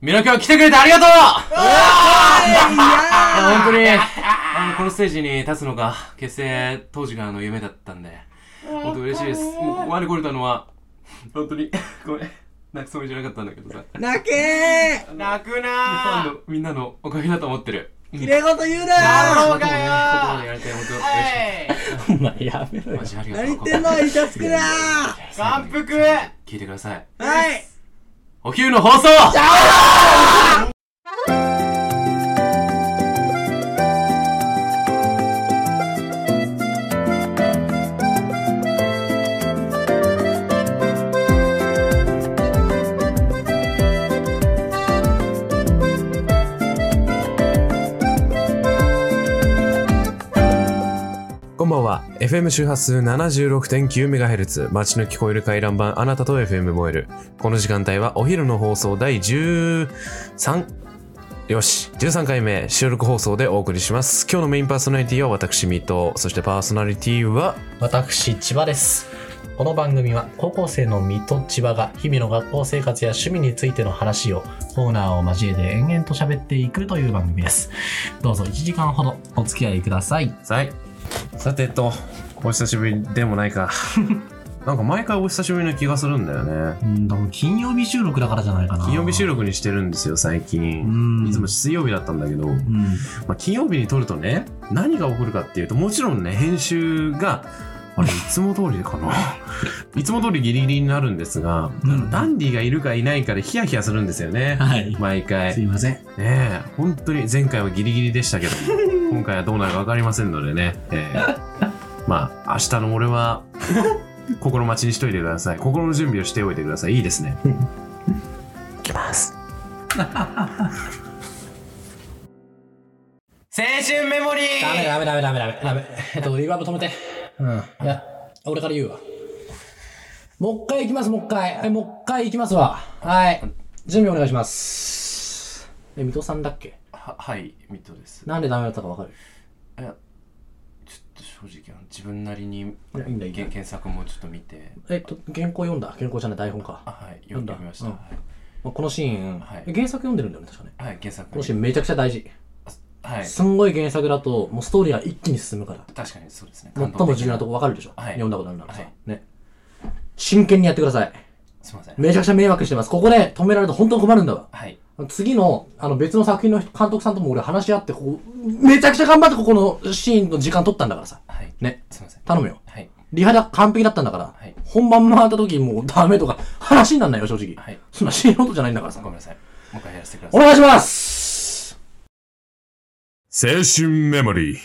ミラクは来てくれてありがとうや本当に、あの、このステージに立つのが、結成当時からの夢だったんで、本当嬉しいです。もう、我これたのは、本当に、 ごめん、泣くつもりじゃなかったんだけどさ、フ泣け泣くァンなのみんなのおかげだと思ってる。ー綺麗事言うななるーほど言葉でやりたい、本当嬉しえいお前やめろい。よマ。ジありがとう。何言ってんのイチャつくなー最眼後に福聞いてください。はいお昼の放送こんばんは。FM 周波数 76.9MHz。街の聞こえる回覧版、あなたと FM 燃える。この時間帯はお昼の放送第 13? よし。13回目、収録放送でお送りします。今日のメインパーソナリティは私、ミート。そしてパーソナリティは、私、千葉です。この番組は高校生の水戸千葉が日々の学校生活や趣味についての話をコーナーを交えて延々と喋っていくという番組です。どうぞ1時間ほどお付き合いください。はい。さてと、お久しぶりでもないか。 なんか毎回お久しぶりな気がするんだよね。うん、でも金曜日収録だからじゃないかな。金曜日収録にしてるんですよ、最う近。ん。いつも水曜日だったんだけど。うん。まあ、金曜日に撮るとね何が起こるかっていうともちろんね編集があれいつも通りか ないつも通りギリギリになるんですが、うんあのダンディがいるかいないかでヒヤヒヤするんですよねはい。毎回すねいません。え本当に前回はギリギリでした けど今回はどうなるか分かりませんのでね、え えまあ明日の俺は心待ちにしといてください心の準備をしておいてくださいいいですねいきます青春メモリーダメダメダメダメダメダメ。えっと、リバーブ止めて。うん。いや、俺から言うわ。もう一回行きます、もう一回。はい、もう一回行きますわ。はい。準備お願いします。え、水戸さんだっけは、はい、ミッドです。なんでダメだったかわかるいや、ちょっと正直、あの自分なりに、いやいいんだいいんだ検検索もちょっと見て、えっと、原稿読んだ原稿じゃない、台本か。あはい、読んでみました。うはんまあこのシーン、はい原作読んでるんだよね、確かね。い、はい、検索この。シーンめちゃくちゃ大事。はい、すんごい原作だと、もうストーリーが一気に進むから。確かにそうですね。最も重要なとこわかるでしょ、はい読んだことあるならさ、はいね。真剣にやってください。すいません。めちゃくちゃ迷惑してます。ここで止められると本当に困るんだわ。はい。次の、あの別の作品の監督さんとも俺話し合って、こう、めちゃくちゃ頑張ってここのシーンの時間取ったんだからさ。はい。ね。すいません。頼むよ。はい。リハだ完璧だったんだから、はい本番回った時もうダメとか話になんないよ、正直。はい。そんな死ぬことじゃないんだからさご。めんなさい。もう一回やらせてくだおさい。願いします青春メモリー。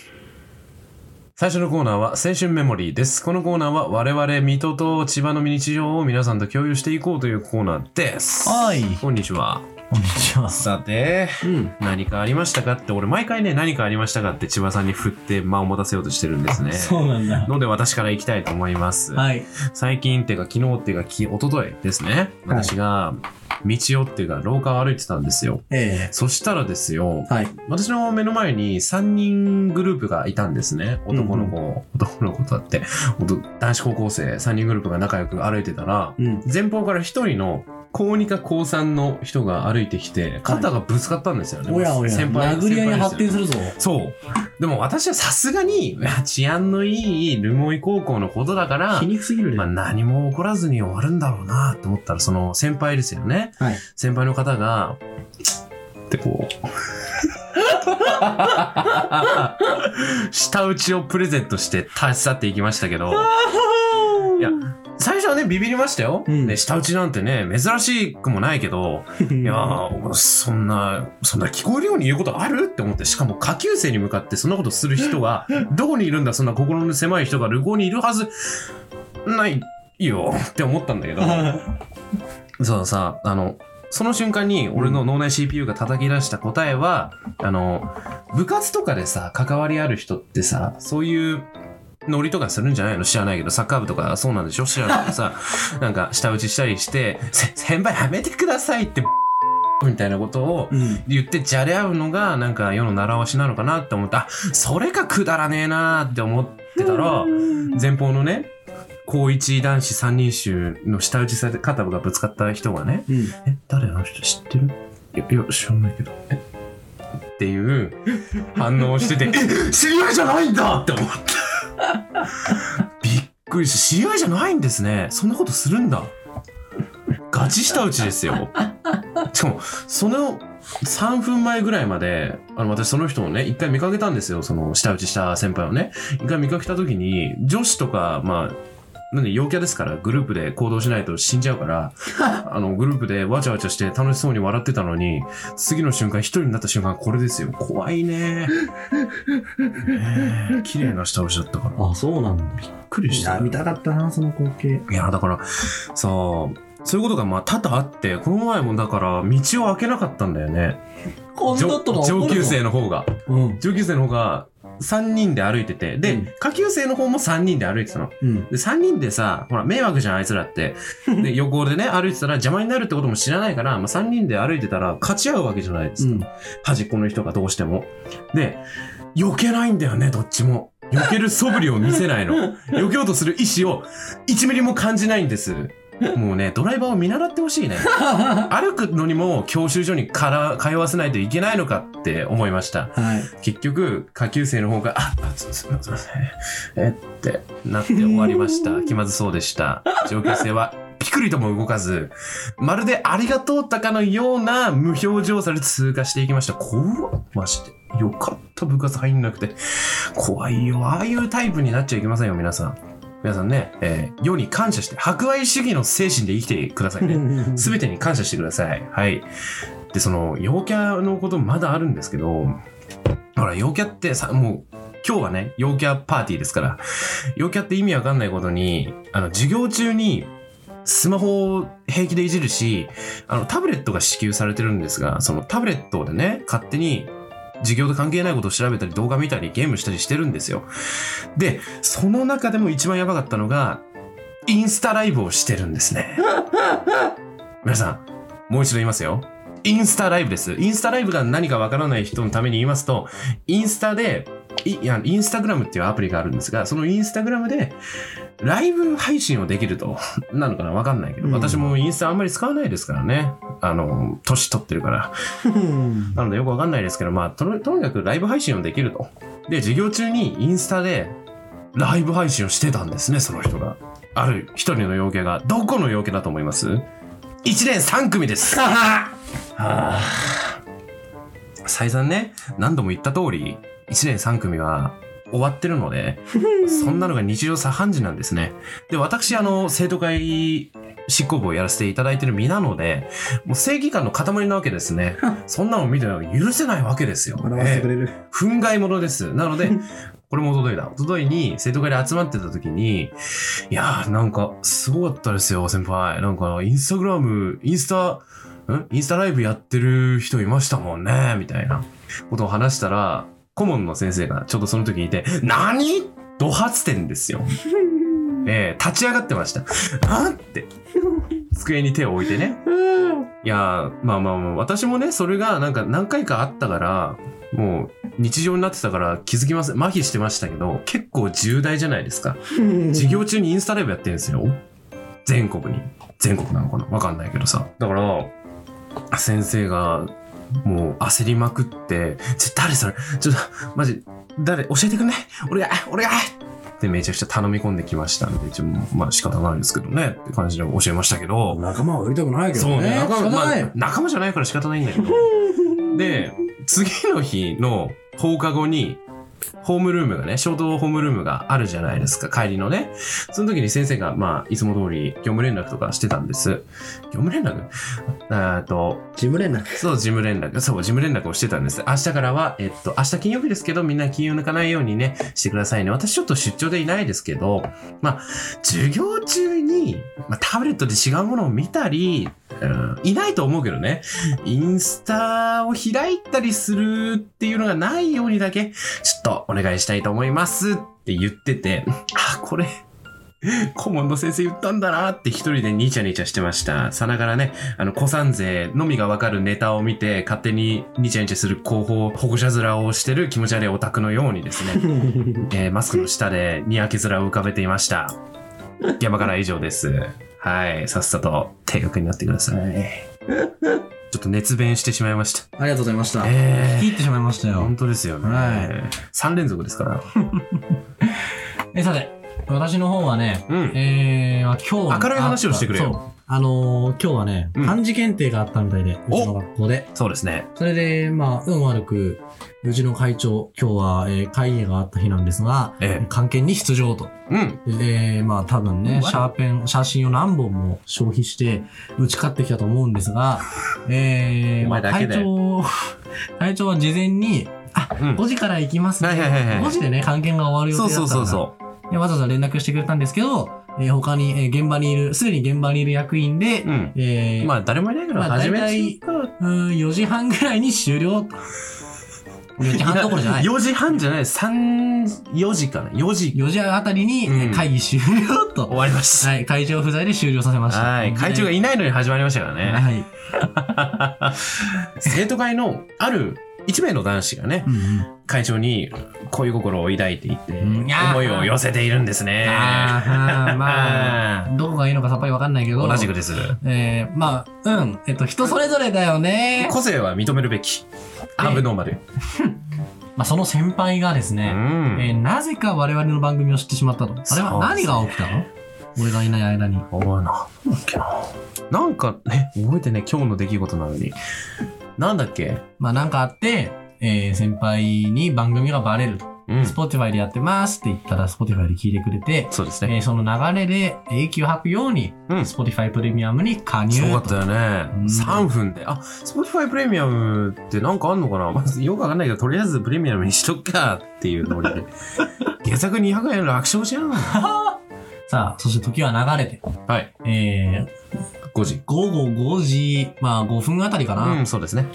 最初のコーナーは青春メモリーです。このコーナーは我々、水戸と千葉の日常を皆さんと共有していこうというコーナーです。はいこんにちは。こんにちは。さて、うん。何かありましたかって、俺毎回ね、何かありましたかって千葉さんに振って間を持たせようとしてるんですね。うなんだ。ので私から行きたいと思います。はい。最近っていうか昨日っていうかき一昨日ですね。私が道をっていうか廊下を歩いてたんですよ。ええそしたらですよ、はい。私の目の前に3人グループがいたんですね。男の子、男の子だって、おと男子高校生3人グループが仲良く歩いてたら、うん。前方から1人の高2か高3の人が歩いてきて、肩がぶつかったんですよね。おやおや、先輩殴り合いに発展る。するぞ。そう。でも私はさすがに、いや治安のいい留萌高校のことだから皮、肉すぎるね。まあ、何も起こらずに終わるんだろうなと思ったら、その先輩ですよね。はい先輩の方が、ってこ う。舌打ちをプレゼントして立ち去っていきましたけ ど。いや、最初はね、ビビりましたよ。うんね、舌打ちなんてね、珍しくもないけど、いやーそんな、そんな聞こえるように言うことあるって思って、しかも下級生に向かってそんなことする人 が、どこにいるんだ、そんな心の狭い人が旅行にいるはず、ないよ って思ったんだけど、そうさ、あの、その瞬間に俺の脳内 CPU が叩き出した答えは、あの、部活とかでさ、関わりある人ってさ、そういう、ノリとかするんじゃないの知らないけど、サッカー部とかそうなんでしょ知らないけどさ、なんか舌打ちしたりして、せ先輩やめてくださいって、 みたいなことをうん。言ってじゃれ合うのがなんか世の習わしなのかなって思ったあそれかくだらねえなって思ってたら前方のね高一男子三人衆の下打ちされて肩がぶつかった人がねうん。 「え誰あの人知ってる?」いや、いや知らないけど。えっていう反応をしてて、 え知り合いじゃないんだって思った。びっくりした。知り合いじゃないんですね。そんなことするんだ。ガチしたうちですよ。しかも、その3分前ぐらいまで、あの、私その人をね、一回見かけたんですよ。その、下打ちした先輩をね。一回見かけた時に、女子とか、まあ、なんで陽キャですから、グループで行動しないと死んじゃう から、あの、グループでわちゃわちゃして楽しそうに笑ってたのに、次の瞬間、一人になった瞬間、これですよ。怖いね。ねえ綺麗な下打ちだったから。びっあ、そうなんだ。くりしたよ。見たかったな、その光景。いや、だから、さあ、そういうことがまあ多々あって、この前もだから道を開けなかったんだよね。こんなことが起こる上の級生。の方が。うん。上級生の方が3人で歩いてて、で、うん下級生の方も3人で歩いてたの。うん。で、3人でさ、ほら、迷惑じゃん、あいつらって。 で、横でね、歩いてたら邪魔になるってことも知らないから、まあ3人で歩いてたら勝ち合うわけじゃないですか。うん。端っこの人がどうしても。で、避けないんだよね、どっちも。避ける素振りを見せない の。避けようとする意志を1ミリも感じないんです。もうね、ドライバーを見習ってほ しいね。歩くのにも教習所にから通わせないといけないのかって思いました。 はい。結局、下級生の方が、あ、あすすみません。えってなって終わりました。気まずそうでした。上級生は、ピクリとも動かず、まるでありがとうったかのような無表情さで通過していきました。怖っまして。よかった、部活入んなくて。怖いよ。ああいうタイプになっちゃいけませんよ、皆さん。皆さんね、えー世に感謝して、博愛主義の精神で生きてくださいね。すべてに感謝してください。はい。で、その、陽キャのことまだあるんですけど、ほら、陽キャってさ、もう、今日はね、陽キャパーティーですから、陽キャって意味わかんないことに、あの、授業中に、スマホを平気でいじるし、あの、タブレットが支給されてるんですが、そのタブレットでね、勝手に、授業と関係ないことを調べたり、動画見たり、ゲームしたりしてるんですよ。で、その中でも一番やばかったのが、インスタライブをしてるんですね。皆さん、もう一度言いますよ。インスタライブです。インスタライブが何かわからない人のために言いますと、インスタで、いいやインスタグラムっていうアプリがあるんですが、そのインスタグラムで、ライブ配信をできると。なのかなわかんないけど、うん私もインスタあんまり使わないですからね。あの、年取ってるから。うんなのでよくわかんないですけど、まあ、とにとにかくライブ配信をできると。で、授業中にインスタでライブ配信をしてたんですね、その人が。ある一人の陽キャが、どこの陽キャだと思います ?1 年3組です。はあ再三ね、何度も言った通り、1年3組は終わってるの で、そんなのが日常茶飯事なんですね。で、私、あの、生徒会執行部をやらせていただいてる身なので、もう正義感の塊なわけです ね。そんなの見てるの許せないわけですよ。笑わせてくえれる。え憤慨者です。なので、これもおとといだ。おとといに生徒会で集まってた時に、いやーなんかすごかったですよ、先輩。なんかインスタグラム、インスタ、んインスタライブやってる人いましたもんね、みたいなことを話したら、顧問の先生がちょっとその時いて、何ド発点ですよ。ええ立ち上がってました。あって。机に手を置いてね。いやーまあまあまあ、私もね、それがなんか何回かあったから、もう日常になってたから気づきます。麻痺してましたけど、結構重大じゃないですか。授業中にインスタライブやってるんですよ。全国に。全国なのかなわかんないけどさ。だから、先生が、もう焦りまくって、ちょ、誰それちょっと、マジ、誰教えてくんないお願いお願いってめちゃくちゃ頼み込んできましたんで、ちょまあ仕方ないですけどね、って感じで教えましたけど。仲間はやりたくないけどね。そうね。仲仕間方ないまあ仲間じゃないから仕方ないんだけど。 で、次の日の放課後に、ホームルームがね、ショートホームルームがあるじゃないですか、帰りのね。その時に先生が、まあ、いつも通り業務連絡とかしてたんです。業務連絡えっと、事務連絡。そう、事務連絡。そう、事務連絡をしてたんです。明日からは、えっと、明日金曜日ですけど、みんな金曜抜かないようにね、してくださいね。私ちょっと出張でいないですけど、まあ、授業中に、まあ、タブレットで違うものを見たり、うんいないと思うけどね、インスタを開いたりするっていうのがないようにだけ、ちょっとお願いしたいと思いますって言ってて、あ、これ、顧問の先生言ったんだなって一人でニチャニチャしてました。さながらね、あの、古参勢のみがわかるネタを見て、勝手にニチャニチャする広報保護者面をしてる気持ち悪いオタクのようにですね、 えーマスクの下でにやけ面を浮かべていました。山からは以上です。はい、さっさと定額になってください。ちょっと熱弁してしまいました。ありがとうございました。え聞ーき入ってしまいましたよ本。当ですよね。はい3連続ですから。え、さて、私の方はね、うん。えー、まあ今日は明るい話をしてくれよそう。あのー、今日はね、うん漢字検定があったみたいで、うちの学校で。そうですね。それで、まあ、運悪く、うちの会長、今日は、えー会議があった日なんですが、え関係に出場と。え。うん。えー、まあ多分うねん、シャーペン、写真を何本も消費して、打ち勝ってきたと思うんですが、えー、おま前あだけ会で長、 会長は事前に、あ、うん5時から行きますね。はいはいはいはい5時でね、関係が終わる予定そだうったかそらうそうそう。でわざわざ連絡してくれたんですけど、えー他に、えー現場にいる、すでに現場にいる役員で、うん。えー、まあ、誰もいないから、まあ始大め体うーん、4時半ぐらいに終了。4時半どころじゃない。 4時半じゃない。3、4時かな。4時。 4時あたりにえうんー会議終了と。終わりました。はい、会長不在で終了させました。はい。会長がいないのに始まりましたからね。はい。生徒会のある一名の男子がね、会長に恋心を抱いていて、うんいやー思いを寄せているんですね。ああ、 まあ、あどこがいいのかさっぱりわかんないけど。同じく。です。えー、まあ、うん。えっと、人それぞれだよね。個性は認めるべき。アブノーマル。まあ、その先輩がですうね、えん。ーなぜか我々の番組を知ってしまったと。あれはそうで何すねが起きたの俺がいない間に。お前な。なんだっけな。なんか、ね、覚えてね、今日の出来事なのに。なんだっけまあ、なんかあって、えー、先輩に番組がバレると。うん。 Spotify でやってますって言ったら、Spotify で聞いてくれて、そうですえね。ーその流れで永久吐くように、うん。す Spotify プレミアムに加入と。ごかったよね。うん3分で。あ、Spotify プレミアムってなんかあんのかな、ま あ、よくわかんないけど、とりあえずプレミアムにしとくかっていうノ リで。月額200円楽勝じゃん。はさあ、そして時は流れて、い。えー、 5時。午後5時、まあ5分あたりかうな。ん、そうですね。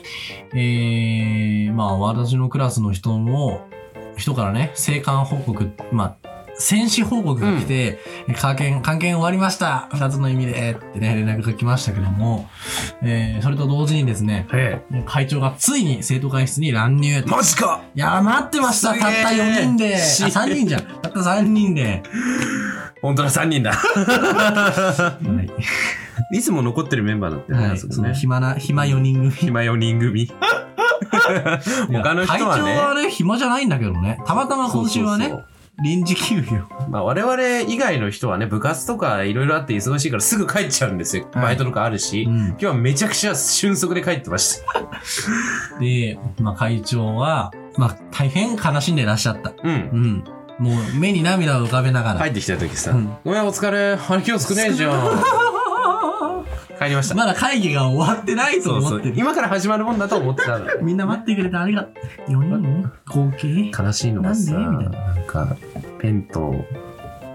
えー、まあ私のクラスの人も、人からね、生還報告、まあ、戦死報告が来て、関係、関係終わりました二つの意味でってね、連絡が来ましたけども、えー、それと同時にですね、え会長がついに生徒会室に乱入え。マジかいやー、待ってましたすたげっーた4人であし !3 人じゃんたった3人で、本当だ、3人だ。はい いつも残ってるメンバーだってね、はあい、そそこのね。暇な、暇4人組。暇4人組。 他の人は会長はね。ね、暇じゃないんだけどね。たまたま今週はね、そうそう臨時休業。そうまあ我々以外の人はね、部活とかいろいろあって忙しいからすぐ帰っちゃうんですよ。はいバイトとかあるし。今日はめちゃくちゃ瞬足で帰ってました。で、まあ、会長は、まあ、大変悲しんでらっしゃった。うんう。ん。もう、目に涙を浮かべながら。帰ってきた時さ、うんごめんお疲れ。あれ今日少ないじゃん。帰りました。まだ会議が終わってないとそうそ思っうて。る。今から始まるもんだと思ってたの。みんな待ってくれてありがとう。4人合 計悲しいのがさ、なんでみたなんか、ペンと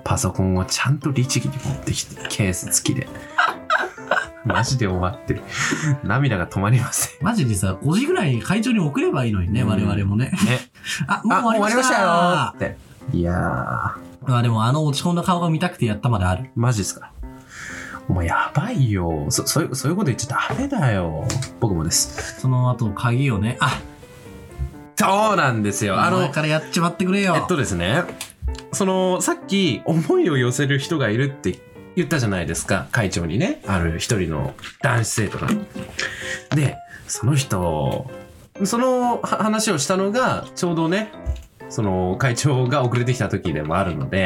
パソコンをちゃんと律儀に持ってきて、ケース付き で。マジで終わってる。涙が止まりません。マジでさ、5時ぐらいに会長に送ればいいのにね、うん我々もね。ね。あ、もう終わりましたあま終わりましたよって。いやー、あでもあの落ち込んだ顔が見たくてやったまである。マジですか。お前やばいよ。そ、そういう、そういうこと言っちゃダメだよ。僕もです。その後鍵をね、あ、そうなんですよ。ああの、の、からやっちまってくれよ。えっとですね、そのさっき思いを寄せる人がいるって言ったじゃないですか、会長にね、ある一人の男子生徒が。で、その人、そのは話をしたのが、ちょうどね、その会長が遅れてきた時でもあるので、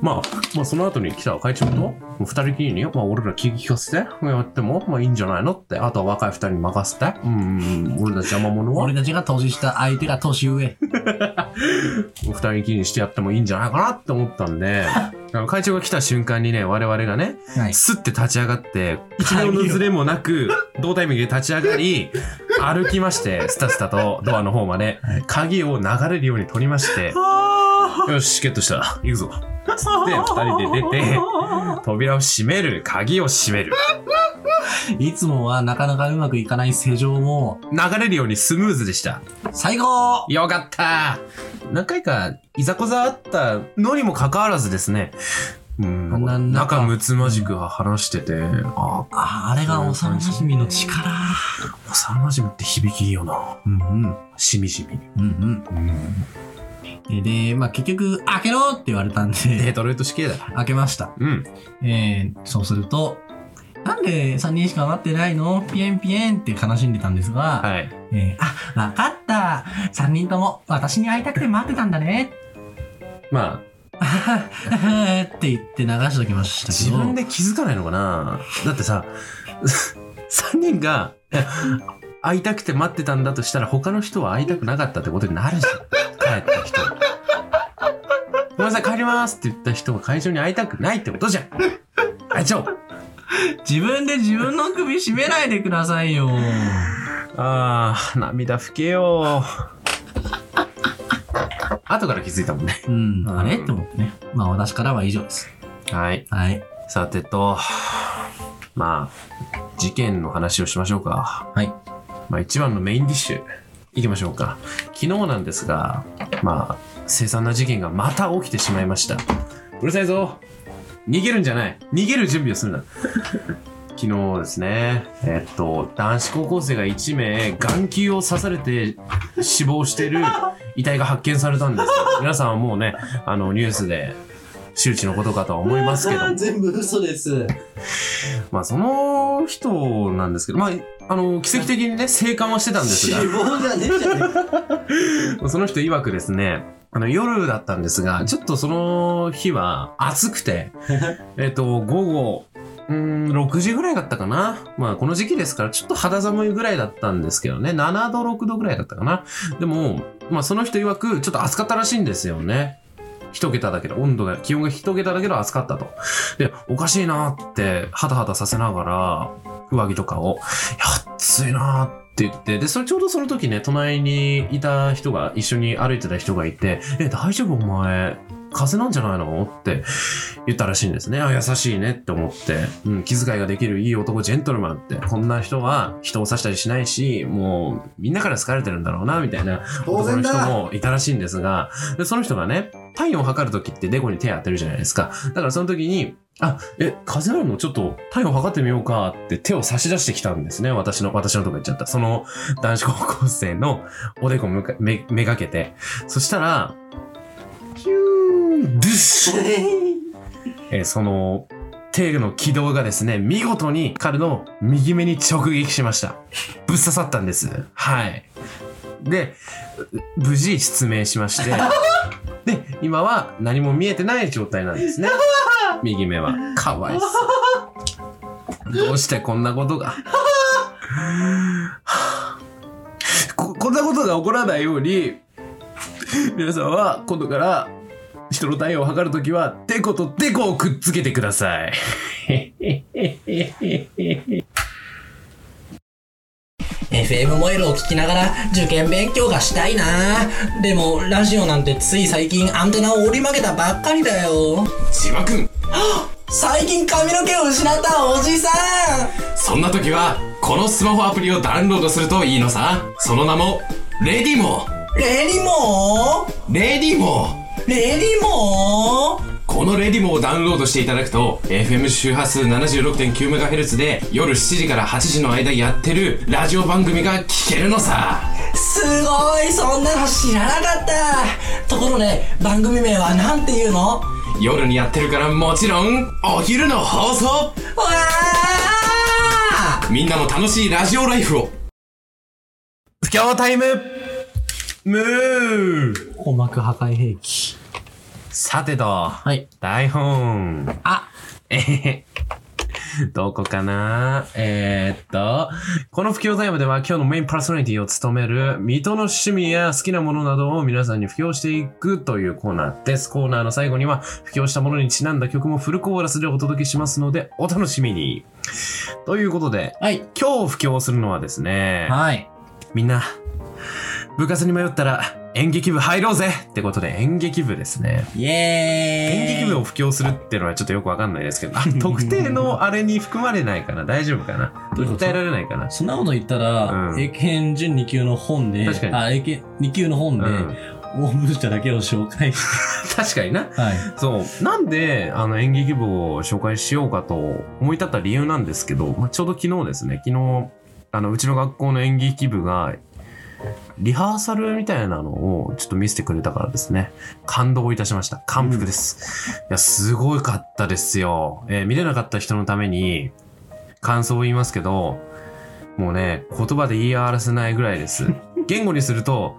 まあ、まあ、その後に来た会長と、もう二人きりに、まあ、俺ら聞き聞かせて、やっても、まあ、いいんじゃないのって、あとは若い二人に任せて、うんうん、俺たち邪魔者は俺、たちが年下、相手が年上。お二人きりにしてやってもいいんじゃないかなって思ったん で、あの会長が来た瞬間にね、我々がね、はい。スッて立ち上がって、一秒のズレもなく、同タイミングで立ち上がり、歩きまして、スタスタとドアの方まで、鍵を流れるように取りまして、よし、ゲットした。行くぞ。つって、二人で出て、扉を閉める、鍵を閉める。いつもはなかなかうまくいかない施錠も、流れるようにスムーズでした。最高よかった何回かいざこざあったのにもかかわらずですね、うん、なんかななんか仲睦まじく話してて、ああ、ああれが幼馴染みの力。幼馴染って響きいいよな。うんうん。しみじみ。うんうん。うん。で、まあ結局、開けろって言われたんで、デトロイト死刑だ。開けました。うん。えー、そうすると、なんで3人しかなってないのピエンピエンって悲しんでたんですが、はい。えーあ、わかった。3人とも私に会いたくて待ってたんだね。 まあ、あははって言って流しときましたけ自ど。分で気づかないのかなだってさ、3人が、会いたくて待ってたんだとしたら、他の人は会いたくなかったってことになるじゃん。帰った人。ごめんなさい、帰りますって言った人は会場に会いたくないってことじゃん。会長自分で自分の首絞めないでくださいよ。ああ、涙拭けよ後から気づいたもんね。うん、うんあれって思ってね。まあ私からは以上です。はい。はい。さてと、まあ、事件の話をしましょうか。はい。まあ、一番のメインディッシュいきましょうか昨日なんですがまあ凄惨な事件がまた起きてしまいましたうるさいぞ逃げるんじゃない逃げる準備をするな 昨日ですねえっと男子高校生が1名眼球を刺されて死亡している遺体が発見されたんです皆さんはもうねあのニュースで周知のことかとは思いますけども全部嘘です。まあその人なんですけどまああの奇跡的にね生還はしてたんですが亡じゃねえじゃねえ か。その人曰くですね、あの夜だったんですが、ちょっとその日は暑く て、えっと、午後、うーん、6時ぐらいだったかな。まあ、この時期ですから、ちょっと肌寒いぐらいだったんですけどね。7度、6度ぐらいだったかな。でも、まあ、その人曰く、ちょっと暑かったらしいんですよね。一桁だけど、温度が、気温が一桁だけど暑かったと。で、おかしいなーって、ハタハタさせながら、上着とかを、いや、暑いなーって言って、で、それちょうどその時ね、隣にいた人が、一緒に歩いてた人がいて、え、大丈夫お前、風邪なんじゃないのって言ったらしいんですね。あ、優しいねって思って、うん、気遣いができるいい男、ジェントルマンって、こんな人は人を刺したりしないし、もう、みんなから好かれてるんだろうな、みたいな、当然だ男の人もいたらしいんですが、で、その人がね、体温を測る時ってデコに手当てるじゃないですか。だからその時に、あ、え、風邪なのちょっと体温測ってみようかって手を差し出してきたんですね。私の、私のとこ行っちゃった。その男子高校生のおでこむかめめがけて。そしたら、ヒューンドゥッシュえーその、手の軌道がですね、見事に彼の右目に直撃しました。ぶっ刺さったんです。はい。で、無事失明しまして、で、今は何も見えてない状態なんですね。右目は。かわいそう。どうしてこんなことが。ここんなことが起こらないように、皆さんは今度から人の体温を測るときは、デコとデコをくっつけてください。 FM モエルを聞きながら受験勉強がしたいなでもラジオなんてつい最近アンテナを折り曲げたばっかりだよ千葉君最近髪の毛を失ったおじさんそんな時はこのスマホアプリをダウンロードするといいのさその名もレディモレディモレディモーレディモーこのレディモをダウンロードしていただくと FM 周波数 76.9MHz で夜7時から8時の間やってるラジオ番組が聞けるのさすごいそんなの知らなかったところで番組名は何て言うのわ夜にやってるからもちろんお昼の放送あみんなも楽しいラジオライフを不況タイムムー鼓膜破壊兵器さてと、はい台本。あえへへどこかなえー、っと、この不況タイムでは今日のメインパーソナリティを務める、水戸の趣味や好きなものなどを皆さんに布教していくというコーナーです。コーナーの最後には、布教したものにちなんだ曲もフルコーラスでお届けしますので、お楽しみに。ということで、はい今日布教するのはですね、はいみんな、部活に迷ったら演劇部入ろうぜってことで演劇部ですね。イエーイ演劇部を布教するっていうのはちょっとよくわかんないですけど、あ特定のあれに含まれないかな大丈夫かなどういうこと訴えられないかなそんなこと言ったら、うん英検準2級の本で、確かにあ、英検2級の本で、うん、大文字だけを紹介し確かにな。て、はい。そう。なんで、あの、演劇部を紹介しようかと思い立った理由なんですけど、まあ、ちょうど昨日ですね、昨日、あの、うちの学校の演劇部が、リハーサルみたいなのをちょっと見せてくれたからですね、感動いたしました。感服です。いや、すごかったですよ。えー見れなかった人のために、感想を言いますけど、もうね、言葉で言い表せないぐらいです。言語にすると、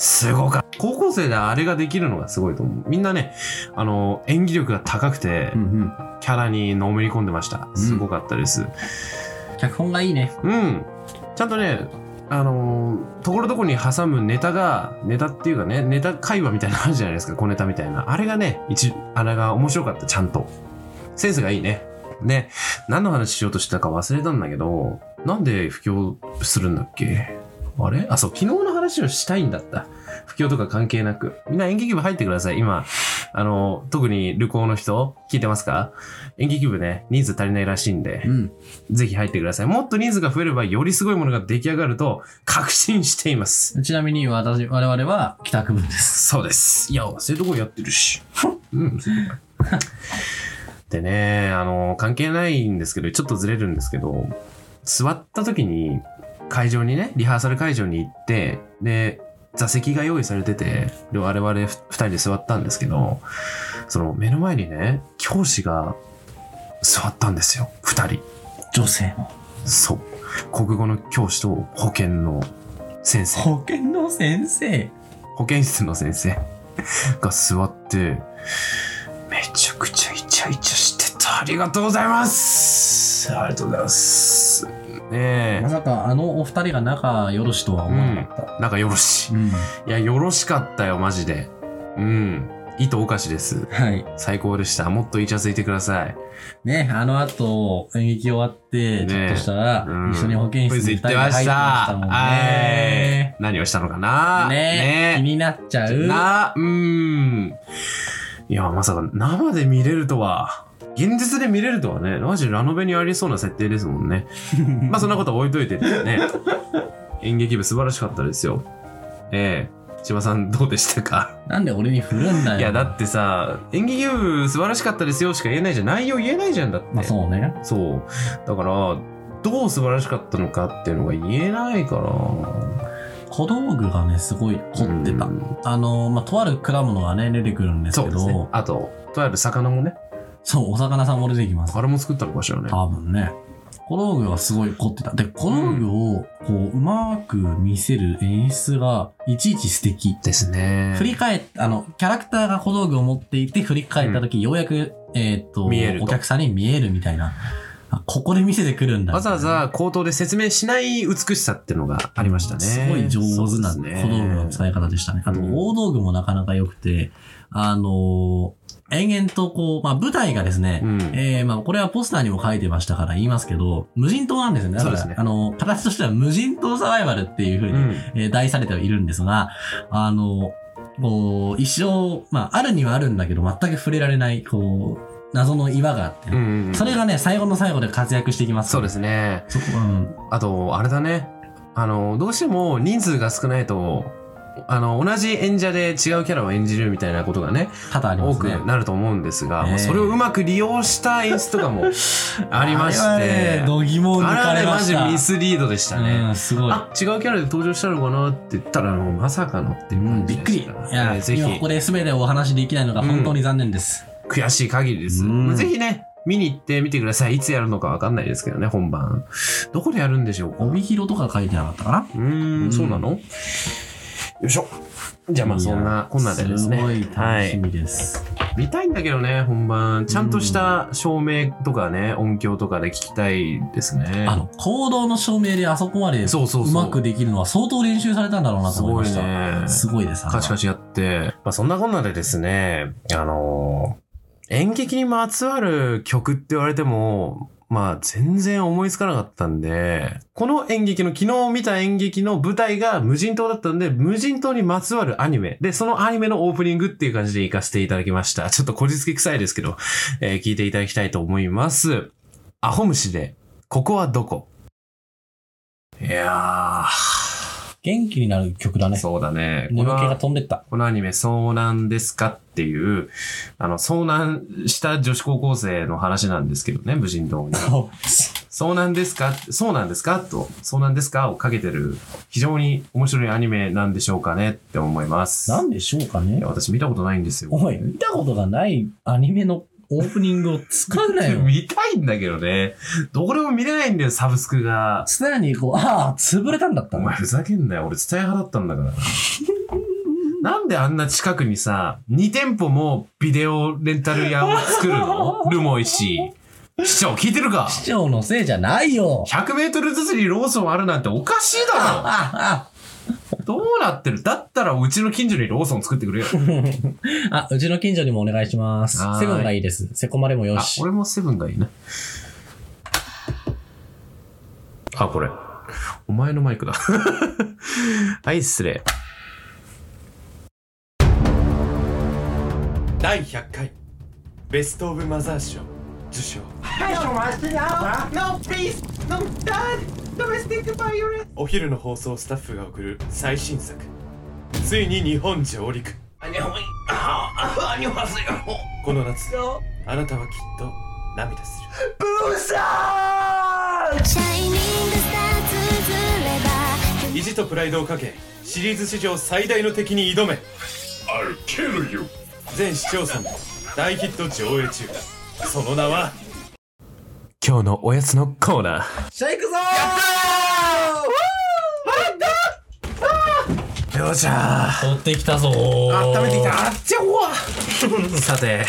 すごか高校生であれができるのがすごいと思う。みんなね、あの、演技力が高くてう、んうん。キャラにのめり込んでました。すごかったです。脚本がいいね。うん。ちゃんとね、あのーところどころに挟むネタが、ネタっていうかね、ネタ会話みたいなのあるじゃないですか、小ネタみたいな。あれがね、一、あれが面白かった、ちゃんと。センスがいいね。ね、何の話しようとしてたか忘れたんだけど、なんで布教するんだっけあれあ、そう、昨日の話をしたいんだった。布教とか関係なく。みんな演劇部入ってください。今、あの、特に旅行の人、聞いてますか演劇部ね、人数足りないらしいんで。うん。ぜひ入ってください。もっと人数が増えれば、よりすごいものが出来上がると確信しています。ちなみに私、我々は帰宅部です。そうです。いや、そういうとこやってるし。うん、そういうとこでね、あの、関係ないんですけど、ちょっとずれるんですけど、座った時に、会場にね、リハーサル会場に行って、で、座席が用意されてて、で、我々ふ二人で座ったんですけど、その目の前にね、教師が座ったんですよ、二人。女性の。そう。国語の教師と保健の先生、保健の先生。保健室の先生が座って、めちゃくちゃイチャイチャしてた。ありがとうございます。ありがとうございます。ねまさかあのお二人が仲よろしとは思わなかった。え、なんかよろしい。うん。いや、よろしかったよ、マジで。うん。糸おかしです。はい。最高でした。もっとイチャついてください。ね、あの後、演劇終わって、ちょっとしたら、うん一緒に保健室にクイズ行二人ってでま入ってまし。したたもんね。はい。何をしたのかなねね気になっちゃう。な、うーん。いや、まさか生で見れるとは。現実で見れるとはね、マジラノベにありそうな設定ですもんね。 まあそんなことは置いといてですね。演劇部素晴らしかったですよ。ええ千葉さんどうでしたかなんで俺に振るんだよ。いや、だってさ、演劇部素晴らしかったですよしか言えないじゃん。内容言えないじゃんだって。まあそうね。そう。だから、どう素晴らしかったのかっていうのが言えないから。小道具がね、すごい凝ってた。うんあの、まあ、とある果物がね、出てくるんですそけうど、ですね。あと、とある魚もね、そう、お魚さんも出てきます。あれも作ったのかしらね。多分ね。小道具はすごい凝ってた。で、小道具を、こう、うまく見せる演出が、いちいち素敵。ですね。振り返っ、あの、キャラクターが小道具を持っていて、振り返った時、ようやく、えーっと、見えるとお客さんに見えるみたいな。あここで見せてくるんだ。わざわざ口頭で説明しない美しさっていうのがありましたね。すごい上手なそうですね小道具の使い方でしたね。あとうん、大道具もなかなか良くて、あのー延々とこう、まあ、舞台がですね、うん。えー、まあ、これはポスターにも書いてましたから言いますけど、無人島なんですよね。だからそうですねあの、形としては無人島サバイバルっていうふうに、うんえー題されてはいるんですが、あの、こう、一生、まあ、あるにはあるんだけど、全く触れられない、こう、謎の岩があって、うんうんうんそれがね、最後の最後で活躍していきます。そうですね。そこ、うん、あと、あれだね。あの、どうしても人数が少ないと、あの、同じ演者で違うキャラを演じるみたいなことがね、多々ありま多すね。くなると思うんですが、ねまあそれをうまく利用した演出とかもありまして。 あれはね、度肝をあ抜れかはね、れまマしジた。ミスリードでしたね。うん、すごい。あ違うキャラで登場したのかなって言ったらあのまさかのっていううん感びじっくでり。しいたからや、ねぜひ今ここで全てお話できないのが本当に残念です。悔しい限りです、うんぜひね見に行ってみてくださいいつやるのかわかんないですけどね本番どこでやるんでしょうかう帯広とか書いてなかったかなーうんんそうなのよいしょじゃあまあそんいなやこんなでですねすごいは楽しいみです。見たいんだけどね本番ちゃんとした照明とかね音響とかで聞きたいですねあの、行動の証明であそこまでそうそうそうまくできるのは相当練習されたんだろうなすと思ごいまいした。ねすごいです。あれはカチカチやって、まあ、そんなこんなでですね、あのー演劇にまつわる曲って言われても、まあ全然思いつかなかったんで、この演劇の昨日見た演劇の舞台が無人島だったんで、無人島にまつわるアニメ。で、そのアニメのオープニングっていう感じで行かせていただきました。ちょっとこじつけ臭いですけど、えー聞いていただきたいと思います。アホ虫で、ここはどこいや元気になる曲だー、ね。そうだね。眠気が飛んでった。このアニメ、遭難ですかっていう、あの、遭難した女子高校生の話なんですけどね、無人島に。遭難ですかそうなんですかと、遭難ですかをかけてる、非常に面白いアニメなんでしょうかねって思います。なんでしょうかいねや、。私見たことないんですよ。おい、見たことがないアニメのオープニングを作るなよ。 見たいんだけどね。どこでも見れないんだよ、サブスクが。すでにこう、ああ、潰れたんだったおな前ふざけんなよ。俺伝え派だったんだ から。なんであんな近くにさ、2店舗もビデオレンタル屋を作るの ルモイ市。市長聞いてるか市長のせいじゃな いよ。 100メートルずつにローソンあるなんておかしいだあろどうなってるだったらうちの近所にローソン作ってくれよ。あ、あ、うちの近所にもお願いしますはー。いセブンがいいです。セコマでもよあ、し。俺もセブンがいいな。あ、これ。お前のマイクだ。 はい、失礼。第100回ベスト・オブ・マザー賞受賞お昼の放送スタッフが送る最新作ついに日本上陸この夏あなたはきっと涙する Shining the stars つづれば意地とプライドをかけシリーズ史上最大の敵に挑め全視聴者も大ヒット上映中その名は今日のおやつのコーナー。じゃあ行くぞよっしゃー取ってきたぞー。ー温めてきたあっちゃほわ さて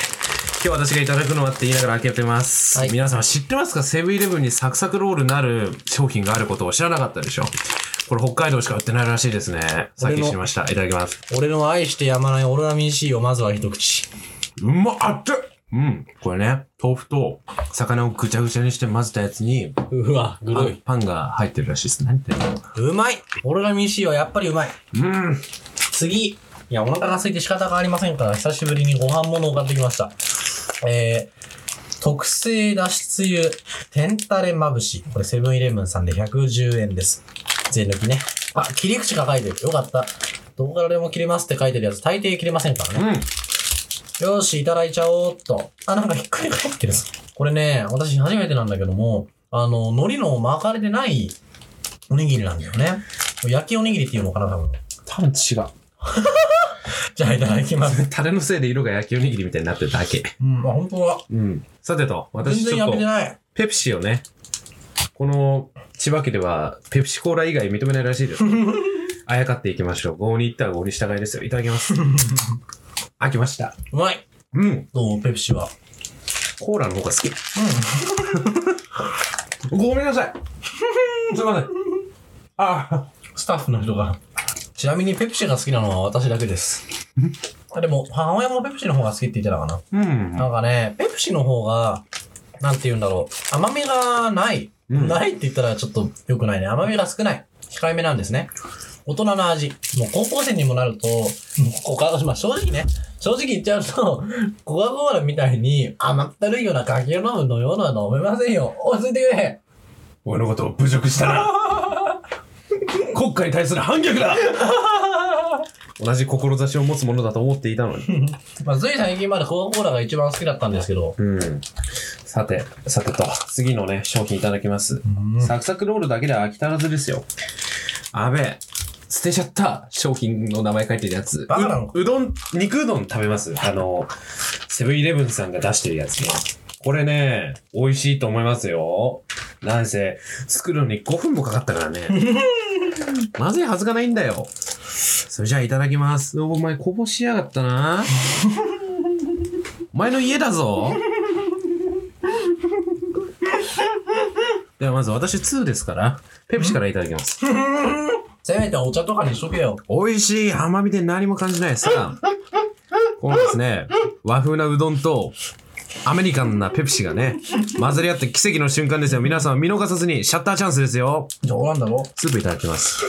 今日私がいただくのはって言いながら開けてます、はい皆さん知ってますかセブンイレブンにサクサクロールなる商品があることを知らなかったでしょこれ北海道しか売ってないらしいですねさっき知りましたいただきます俺の愛してやまないオロナミン C をまずは一口。うまっあっちゃうんこれね豆腐と魚をぐちゃぐちゃにして混ぜたやつにうわ、グパロンい。パンが入ってるらしいですねうまいオロナミン C はやっぱりうまい。うん次。いや、お腹が空いて仕方がありませんから、久しぶりにご飯物を買ってきました。えー、特製だしつゆ、天たれまぶし。これセブンイレブンさんで110円です。税抜きね。あ、切り口が書いてる。よかった。どこからでも切れますって書いてるやつ、大抵切れませんからうんね。よーし、いただいちゃおうっと。あ、なんかひっくり返ってる。これね、私初めてなんだけども、あの、海苔の巻かれてないおにぎりなんだよね。焼きおにぎりっていうのかな、多分。多分違うじゃあ、いただきます。タレのせいで色が焼きおにぎりみたいになってるだけうん、あ、本当だ。うんさてと全私ち然ょっ焼とけてない。ペプシをね、この千葉家ではペプシコーラ以外認めないらしい です。あやかっていきましょう。合に行ったら合に従いですよ。いただきます。飽きました。うまい。うん。どうペプシは。コーラの方が好き。ごめんなさい。すいません。あスタッフの人が。ちなみにペプシが好きなのは私だけです。あでも、母親もペプシの方が好きって言ってたかな。あ。うん。なんかね、ペプシの方が、なんて言うんだろう。甘みがない。うんないって言ったらちょっと良くないね。甘みが少ない。控えめなんですね。大人の味。もう高校生にもなると、もうコカ・まあ正直ね、正直言っちゃうと、 コカ・コーラみたいに甘ったるいようなガキ飲むのようなのは飲めませんよ。落ち着いてくれ俺のことを侮辱したら、 国家に対する反 逆だ同じ志を持つものだと思っていたのに。まあ、つい最近までコカ・コーラが一番好きだったんですけど、うん。さて、さてと、次のね、商品いただきます。サクサクロールだけでは飽き足らずですよ。あべえ、捨てちゃった商品の名前書いてるやつ。バカなのかううどん、肉うどん食べますあの、セブンイレブンさんが出してるやつね。これね、美味しいと思いますよ。なんせ、作るのに5分もかかったから ね。まずいはずがないんだよ。それじゃあいただきます。お前こぼしやがった な。お前の家だぞ。ではまず私2ですから、ペプシからいただきます。せめてお茶とかにしとけよ。美味しい甘みで何も感じないさ。このですね、和風なうどんと、アメリカンなペプシがね、混ざり合って奇跡の瞬間ですよ。皆さん見逃さずにシャッターチャンスですよ。冗談だろスープいただきます。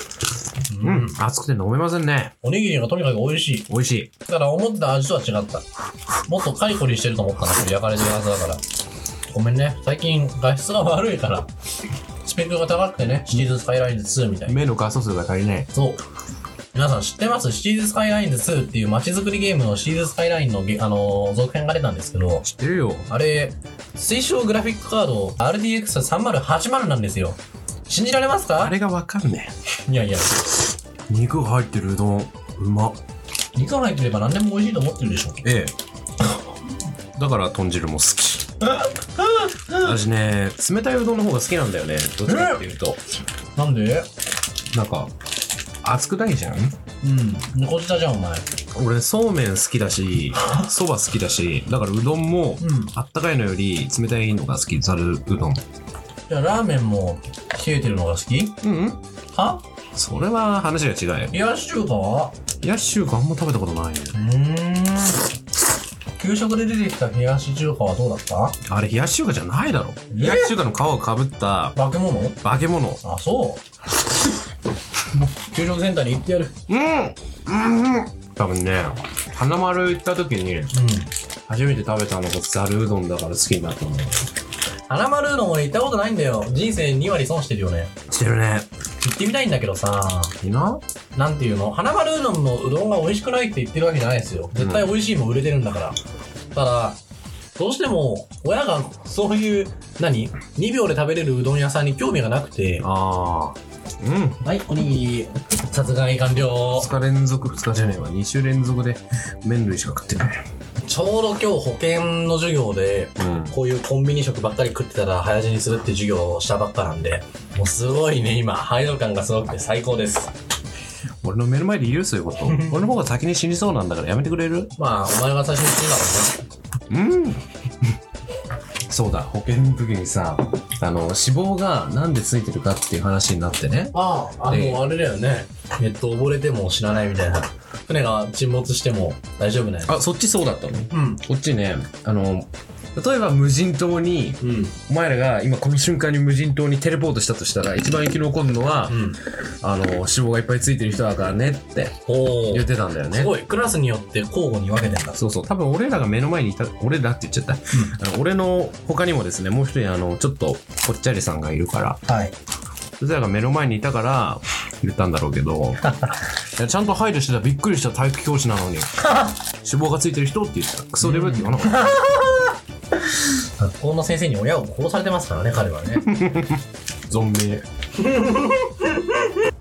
うん、熱くて飲めませんね。おにぎりがとにかく美味しい。美味しい。だから思った味とは違った。もっとカリコリしてると思ったんだけど、焼かれてるはずだから。ごめんね。最近画質が悪いから。スペックが高くてね、シリーズスカイラインズ2みたいな。目の画素数が足りない。そう。皆さん知ってますシリーズスカイラインズ2っていう街づくりゲームのシリーズスカイラインのゲ、あのー続編が出たんですけど、知ってるよ。あれ、推奨グラフィックカード RDX3080 なんですよ。信じられますかあれがわかんねいやいや、え。肉入ってるうどん、うま。肉が入ってれば何でも美味しいと思ってるでしょ。ええ。だから豚汁も好き私ね冷たいうどんの方が好きなんだよねどっちかっていうとなんでなんか熱くないじゃんうん。猫舌じゃん、お前。俺そうめん好きだしそば好きだしだからうどんも、うんあったかいのより冷たいのが好きざるうどんじゃあ、ラーメンも冷えてるのが好きうんうんはそれは話が違うよ冷やし中華は冷やし中華あんま食べたことないうーん。給食で出てきた冷やし中華はどうだったあれ冷やし中華じゃないだろえ冷やし中華の皮をかぶった化け物化け物あ、そう。 給食センターに行ってやる。多分ね花丸行った時にうん。初めて食べたのがざるうどんだから好きになったの花丸の俺行ったことないんだよ。人生2割損してるよね。してるね行ってみたいんだけどさ、いいななんていうの花丸うどんのうどんが美味しくないって言ってるわけじゃないですよ。絶対美味しいもん売れてるんだから。ただ、どうしても、親がそういう、何 ?2 秒で食べれるうどん屋さんに興味がなくて、ああうんはい、おにぎり、殺害完了2。日連続2日じゃねえわ2週連続で麺類しか食ってないちょうど今日保険の授業で、うんこういうコンビニ食ばっかり食ってたら早死にするっていう授業をしたばっかなんで、もうすごいね、今、配慮感がすごくて最高です。俺の目の前で言うそういうこと 俺の方が先に死にそうなんだからやめてくれるまあ、お前が最初に言ってんだうん そうだ保険の時にさあの脂肪がなんでついてるかっていう話になってねもんね。ああ、あの、ええあれだよね。えっと、溺れても死なないみたいな。船が沈没しても大丈夫ね。あそっちそうだったのうん。こっちねあの例えば無人島にうん。お前らが今この瞬間に無人島にテレポートしたとしたら一番生き残るのは、うん。あの脂肪がいっぱいついてる人だからねってお言っー。てたんだよすねごい。クラスによって交互に分けてんだ。そうそう多分俺らが目の前にいた俺らって言っちゃった、あの俺の他にもですねもう一人あのちょっとぽっちゃりさんがいるからはい。それらが目の前にいたから言ったんだろうけ どいやちゃんと配慮してたびっくりした体育教師な のに脂肪がついてる人って言ったクソデブって言わなかった学校の先生に親を殺されてますからね、彼はね。ゾンビ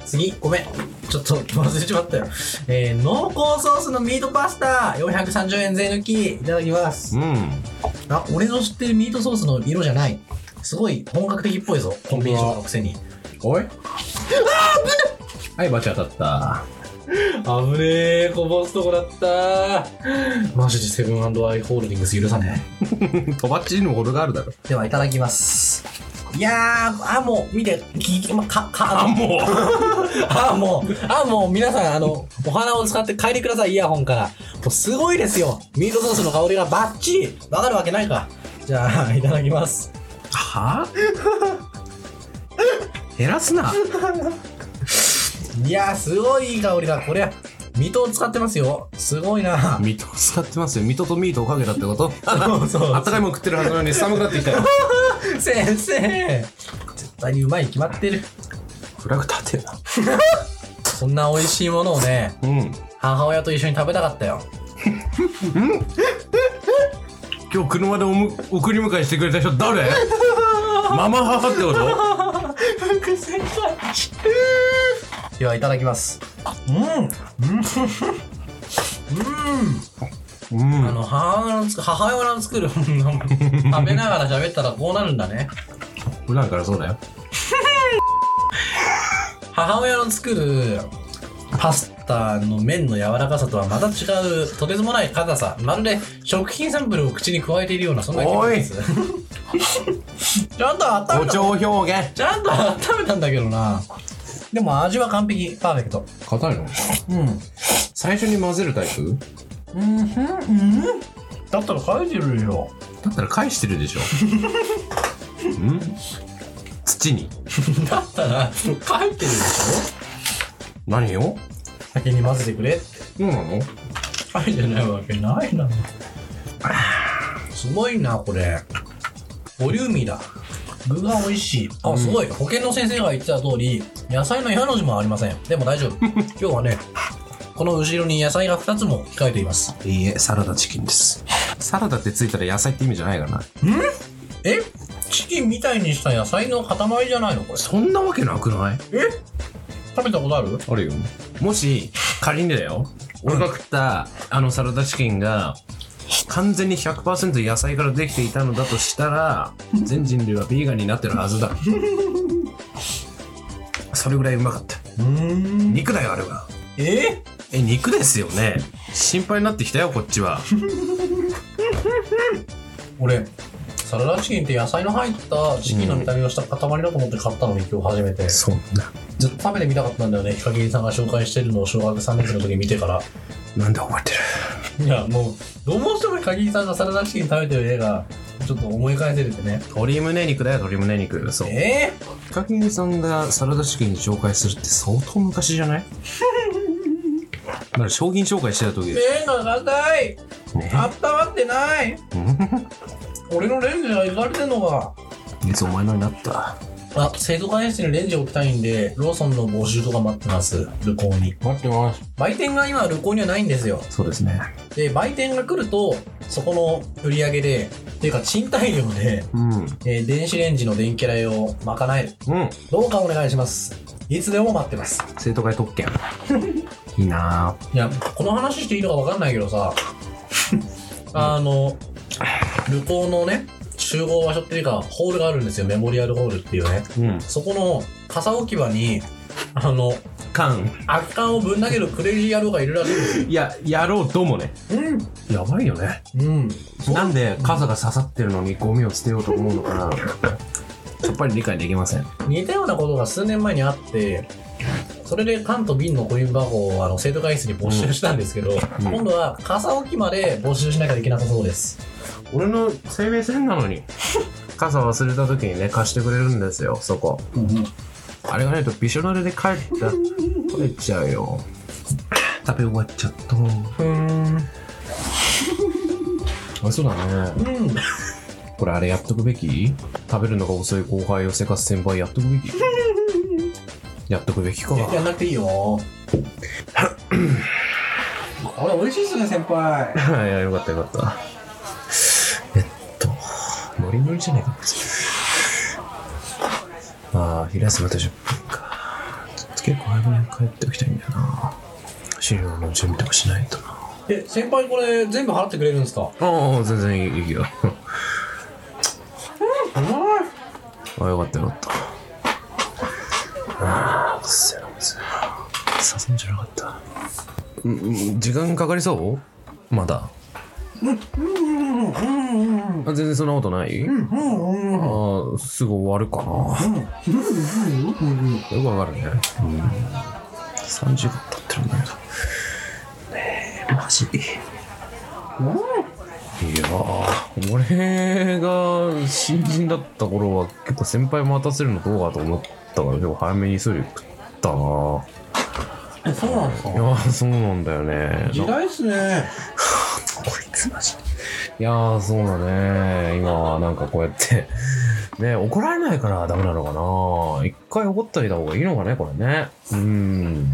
次、ごめん。ちょっと忘れちまったよ。えー、濃厚ソースのミートパスタ、430円税抜き、いただきます。うんあ、俺の知ってるミートソースの色じゃない。すごい本格的っぽいぞ、コンビニ食のくせに。おいああ はいバチ当たったあぶねえ、こぼすとこだったマジでセブンアイ・ホールディングス許さねとばっちりの俺があるだろえ。では、いただきます。いやー、あ、もう、見て、き、きま、か、か、あ、も う、あ、もう、あ、もう、皆さん、あの、お花を使って嗅いでください、イヤホンから。もう、すごいですよ。ミートソースの香りがバッチリわかるわけないか。じゃあ、いただきます。はあ減らすないやー、すごいいい香りだ。こりゃ、ミートを使ってますよ。すごいな。ミト使ってますよミトとミートをかけたってことそうそうあったかいもん食ってるはずなのに寒くなってきたよ先生絶対にうまいに決まってるフラグ立てよなそんな美味しいものをねうん母親と一緒に食べたかったよ今日車でおむ送り迎えしてくれた人誰ママ母ってことではいただきますうんうんうんあの母親のつ母親の作る食べながら喋ったらこうなるんだね普段からそうだよ母親の作るパスタの麺の柔らかさとはまた違うとてつもない硬さまるで食品サンプルを口に加えているようなそんな気分ですちゃんと温めた誇張表現ちゃんと温めたんだけどな。でも味は完璧、パーフェクト。硬いのうん。最初に混ぜるタイプうんふん、うんだったら書いてる よ。だったら返してるでし ょうん土にだったら、書いてるでしょ何を先に混ぜてくれって。そうなの書いてないわけないな。すごいな、これ。ボリューミーだ。具が美味しい。あ、すごい。保健の先生が言ってた通り、野菜の矢の字もありません。でも大丈 夫。今日はね、この後ろに野菜が2つも控えています。いいえサラダチキンですサラダってついたら野菜って意味じゃないからなえチキンみたいにした野菜の塊じゃないのこれそんなわけなくない食べたことあるあるよもし仮にだよ俺が食ったあのサラダチキンが完全に100%野菜からできていたのだとしたら、全人類はビーガンになってるはずだ。 それぐらいうまかった。うん肉だよ、あれは。ええ、肉ですよね。心配になってきたよ、こっちは。俺サラダチキンって野菜の入ったチキンの見た目をした塊だと思って買ったのに今日初めて、そんな。ずっと食べてみたかったんだよねヒカキリさんが紹介してるのを小学3年生の時見てからなんで覚えてるいやもうどうしてもヒカキリさんがサラダチキン食べてる絵がちょっと思い返せるてね鶏胸肉だよ、鶏胸肉。そう。えヒカキンさんがサラダチキン紹介するって相当昔じゃないまだ商品紹介してた時ー、でし目が硬いょ。ね温まってない俺のレンジがいかれてんのかいつお前のになった。あ生徒会室にレンジ置きたいんでローソンの募集とか待ってます旅行に待ってます。売店が今旅行にはないんですよそうですね。で売店が来るとそこの売り上げでっていうか賃貸料で、うん。えー電子レンジの電気代を賄えるうん。どうかお願いしますいつでも待ってます生徒会特 権。いいなぁ。いやこの話していいのか分かんないけど さあの旅行のね集合場所っていうかホールがあるんですよメモリアルホールっていうねうん。そこの傘置き場にあの缶。空き缶をぶん投げるクレイジー野郎がいるらしいんですよいや、やろうともね。やばいよね。うんうんなんで傘が刺さってるのにゴミを捨てようと思うのかな やっぱり理解できません。似たようなことが数年前にあってそれで缶と瓶のコイン箱をあの生徒会室に募集したんですけど、今度は傘置きまで募集しなきゃいけなさそうです俺の生命線なのに。傘忘れた時にね、貸してくれるんですよ、そこ。あれがないとびしょ濡れで帰った。帰っちゃうよ。食べ終わっちゃった。あ、そうだね。うんこれあれやっとくべき食べるのが遅い後輩をせかす先輩やっとくべ きやっとくべきか。やんなくていいよこれ美味しいっすね先輩 いや、よかったよかった。えっと、ノリノリじゃねえか。まあ、昼休みと10分か。結構早めに帰っておきたいんだよな。資料の準備とかしないとな。え先輩これ全部払ってくれるんですかああ、全然いいよ。あ、よかったよかった。ああ、くっせえな、くっせえな。さすがじゃなかった。うんうん、時間かかりそうまだ。あ全然そんなことない、ああ、すぐ終わるかな。よくわかるね。うん、3時間経ってるんだけど。ねえ、マジいやー、俺が新人だった頃は結構先輩待たせるのどうかと思ったから、でも早めに急いで食ったなぁ。えそうなんですかいやー、そうなんだよね。時代っすねこいつマジでいやー、そうだね。今はなんかこうやって、ね、怒られないからダメなのかな一回怒ってあげた方がいいのかね、これね。うーん。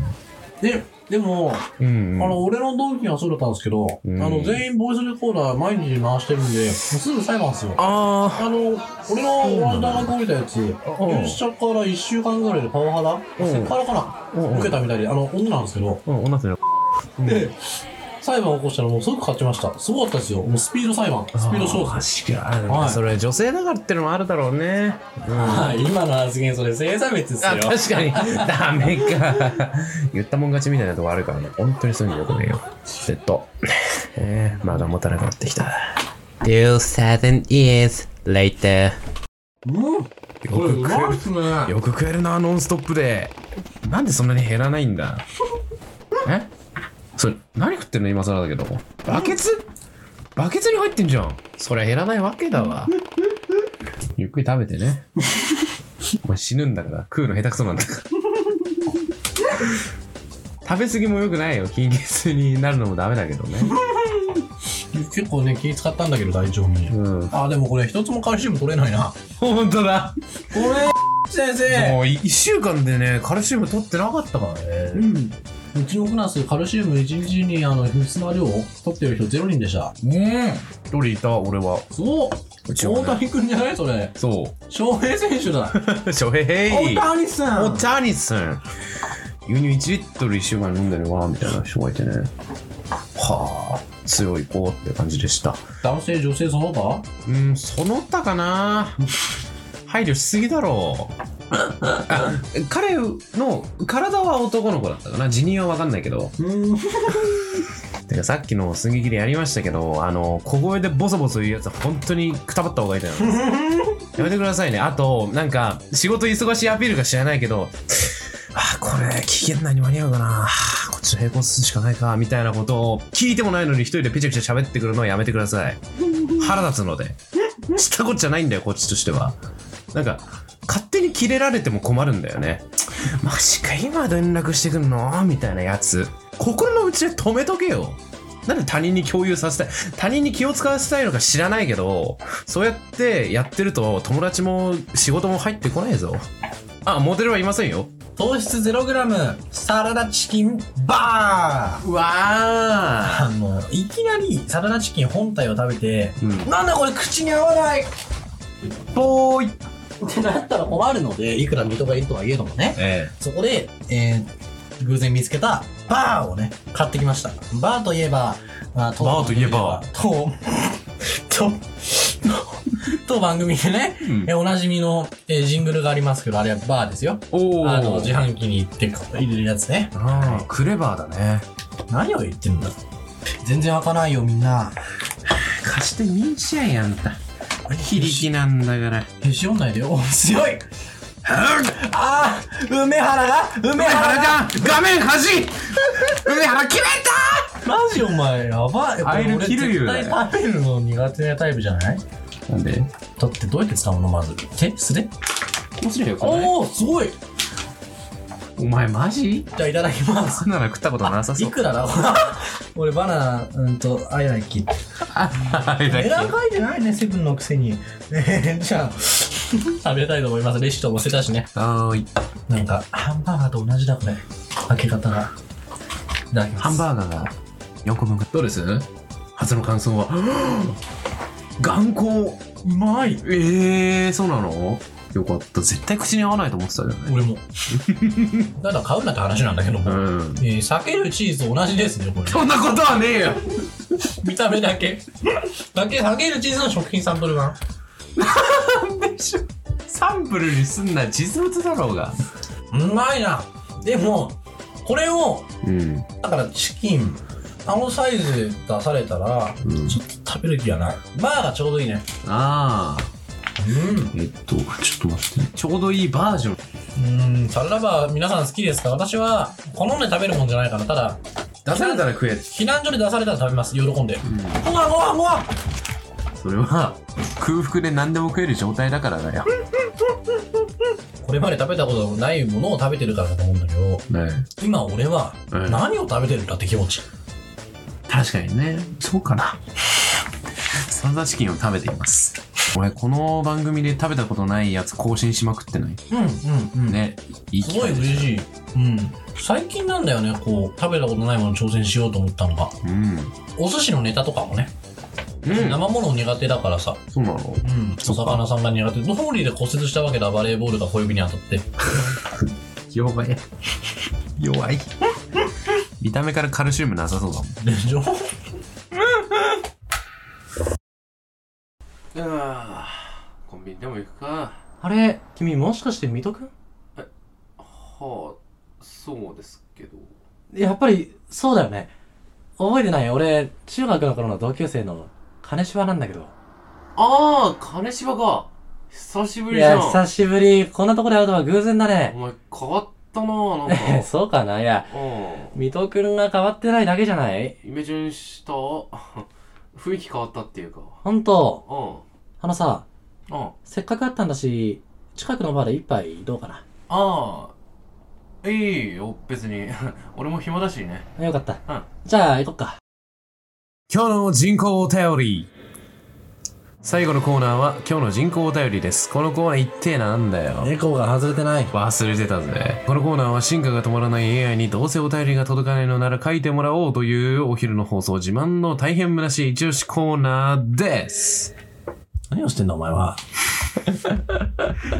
ででも、うん、うん。あの俺の同期はそうだったんですけど、うんあの全員ボイスレコーダー毎日回してるんでもうすぐ裁判っすよああの、俺のワンダーが降りたやつ、ん入社から1週間ぐらいでパワハラ、うんセクハラかな、うんうん受けたみたいで、あの、女なんですけど、ー、うん、女すね。で、裁判起こしたらもう即勝ちました。すごかったですよ。もうスピード裁判、スピード勝負。あー確かに。はいそれ女性だからってのもあるだろうね。うん。はい、今の発言、それ性差別ですあ確か にダメか言ったもん勝ちみたいなとこあるからね本当にそういうのよくないよえっと えー、まだ持たなくなってきた Two thousand years later. よく食えるよく食えるなノンストップでなんでそんなに減らないんだえそれ何食ってんの今更だけどバケツバケツに入ってんじゃんそりゃ減らないわけだわゆっくり食べてねお前死ぬんだから食うの下手くそなんだから 食べ過ぎも良くないよ貧血になるのもダメだけどね結構ね、気使ったんだけど、大腸に。うんあ、でもこれ一つもカルシウム取れないな。本当だこれ、先生もう1週間でねカルシウム取ってなかったからねうん。うちのクラス、カルシウム1日にあの、必須な量を取ってる人0人でした。一人いた俺はすごっうちはね大谷君じゃないそれ。そう翔平選手だ。 ショヘヘイ谷さおタニスン牛乳1リットル1週間飲んでるわみたいな人がいてねはあ強い子って感じでした。男性、女性、その他うん、その他かな配慮しすぎだろう。あ彼の体は男の子だったかな辞任は分かんないけど。うん。てかさっきの寸劇でやりましたけど、あの、小声でボソボソ言うやつは本当にくたばった方がいいと思います。やめてくださいね。あと、なんか、仕事忙しいアピールか知らないけど、あー、これ、期限内に間に合うかな。あーこっちの並行するしかないか、みたいなことを聞いてもないのに一人でペチャペチャ喋ってくるのはやめてください。腹立つので。知ったこっちゃないんだよ、こっちとしては。なんか、勝手にキレられても困るんだよね。マジか、今連絡してくんのみたいなやつ。心の内で止めとけよ。なんで他人に共有させたい他人に気を使わせたいのか知らないけど、そうやってやってると友達も仕事も入ってこないぞ。あ、モデルはいませんよ。糖質 0g、サラダチキン、バーわあの、いきなりサラダチキン本体を食べて、うんなんだこれ口に合わないぽーいってなったら困るので、いくら人がいるとはいえどもね、えそこで、えー、偶然見つけたバーをね、買ってきました。バーといえば、まあ、当バーといえば、と、と、と、番組でね、んえおなじみの、えージングルがありますけど、あれはバーですよ。おお。あの、自販機に行って入れるやつね。あークレバーだね。何を言ってんだ全然開かないよ、みんな。貸してみんちゃいやんた。非力なんだから。へし折んないでよ。 お強いああ梅原が梅原がが画面端梅原切れマジお前、やばい。アイルキルユー俺だよ絶対食べるの苦手なタイプじゃないたなんでだってどうやって使うのまず。手素手面白いよ、こおおすごいじれ。お前マジゃあいただきます。そんなの食ったことなさそ。いうくらだ 俺バナナ、うんと、アイライキ。はいだっ値け段書いてないね、セブンのくせに。えー、じゃあ、食べたいと思います。レシートも捨てたしね。はーい。なんか、ハンバーガーと同じだ、これ。開け方が。いただきます。ハンバーガーが4個分どうです初の感想は 頑固うまいええー、そうなのよかった絶対口に合わないと思ってたじゃない俺も ただ買うなって話なんだけども、うんえー避けるチーズ同じですねこれそんなことはねえよ見た目だけだけ避けるチーズの食品サンプル版サンプルにすんな実物だろうがうまいなでもこれをうんだからチキンあのサイズ出されたら、うんちょっと食べる気がないバーがちょうどいいねああうんえっとちょっと待ってちょうどいいバージョンうんサラダバー皆さん好きですか私は好んで食べるもんじゃないからただ出されたら食え避難所で出されたら食べます喜んで、ごわごわごわそれは空腹で何でも食える状態だからだよ、これまで食べたことのないものを食べてるからだと思うんだけどね、今俺はうん何を食べてるんだって気持ち、確かにねそうかなサンダーチキンを食べています俺この番組で食べたことないやつ更新しまくってないうん、うんうんねいいす機ごい会嬉しい、うん、最近なんだよねこう食べたことないものに挑戦しようと思ったのがうんお寿司のネタとかもね、うん生もの苦手だからさ、そうなのうん、おそっか魚さんが苦手どうりで骨折したわけだバレーボールが小指に当たって弱い弱い見た目からカルシウムなさそうだもんでしょあーコンビニでも行くかあれ、君もしかして水戸くんはあそうですけどやっぱり、そうだよね。覚えてない俺、中学の頃の同級生の金芝なんだけど。ああ金芝か久しぶいりじゃや、ん久しぶり。こんなとこで会うとは偶然だおね。前変わったなぁなんえ か そうかないや、う水戸くんが変わってないだけじゃないんイメチェンした 雰囲気変わったっていうかほんと、うんうんあのさ、あせっかく会ったんだし、近くのバーで一杯どうかあいいよ別に 俺も暇だしねな。よかった。うんじゃあ、行こっか。今日の人工お便り最後のコーナーは今日の人工お便りですこのコーナー一定なんだよ猫が外れてない忘れてたぜこのコーナーは進化が止まらない AI にどうせお便りが届かないのなら書いてもらおうというお昼の放送自慢の大変虚しい一押しコーナーです何をしてんだお前は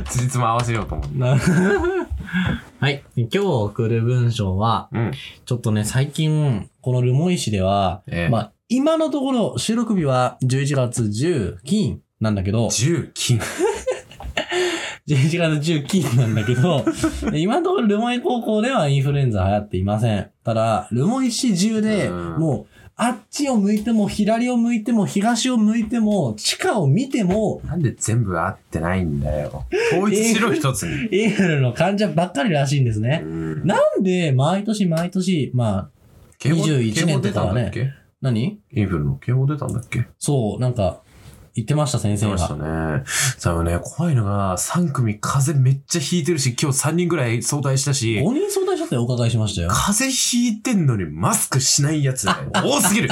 つじつま合わせようと思うはい今日送る文章はうんちょっとね、最近、この留萌市では、ええまあ、今のところ収録日は11月10金なんだけど、 10金。 11月10金なんだ けど、今のところルモイ高校ではインフルエンザ流行っていません。ただ、ルモイ市中で、うんもう、あっちを向いても、左を向いても、東を向いても、地下を見ても、なんで全部合ってないんだよ。統一しろ一つに。インフルの患者ばっかりらしいんですね。うんなんで、毎年毎年、まあ、警報21年とか警報出たはねんだっけ何インフルの警報出たんだっけそう、なんか、言ってました、先出生ましたが。ね。さあね、怖いのが、3組風邪めっちゃひいてるし、今日3人ぐらい相対したし、 5人相談者ってお伺いしましたよ。風邪ひいてんのにマスクしないやつ多すぎる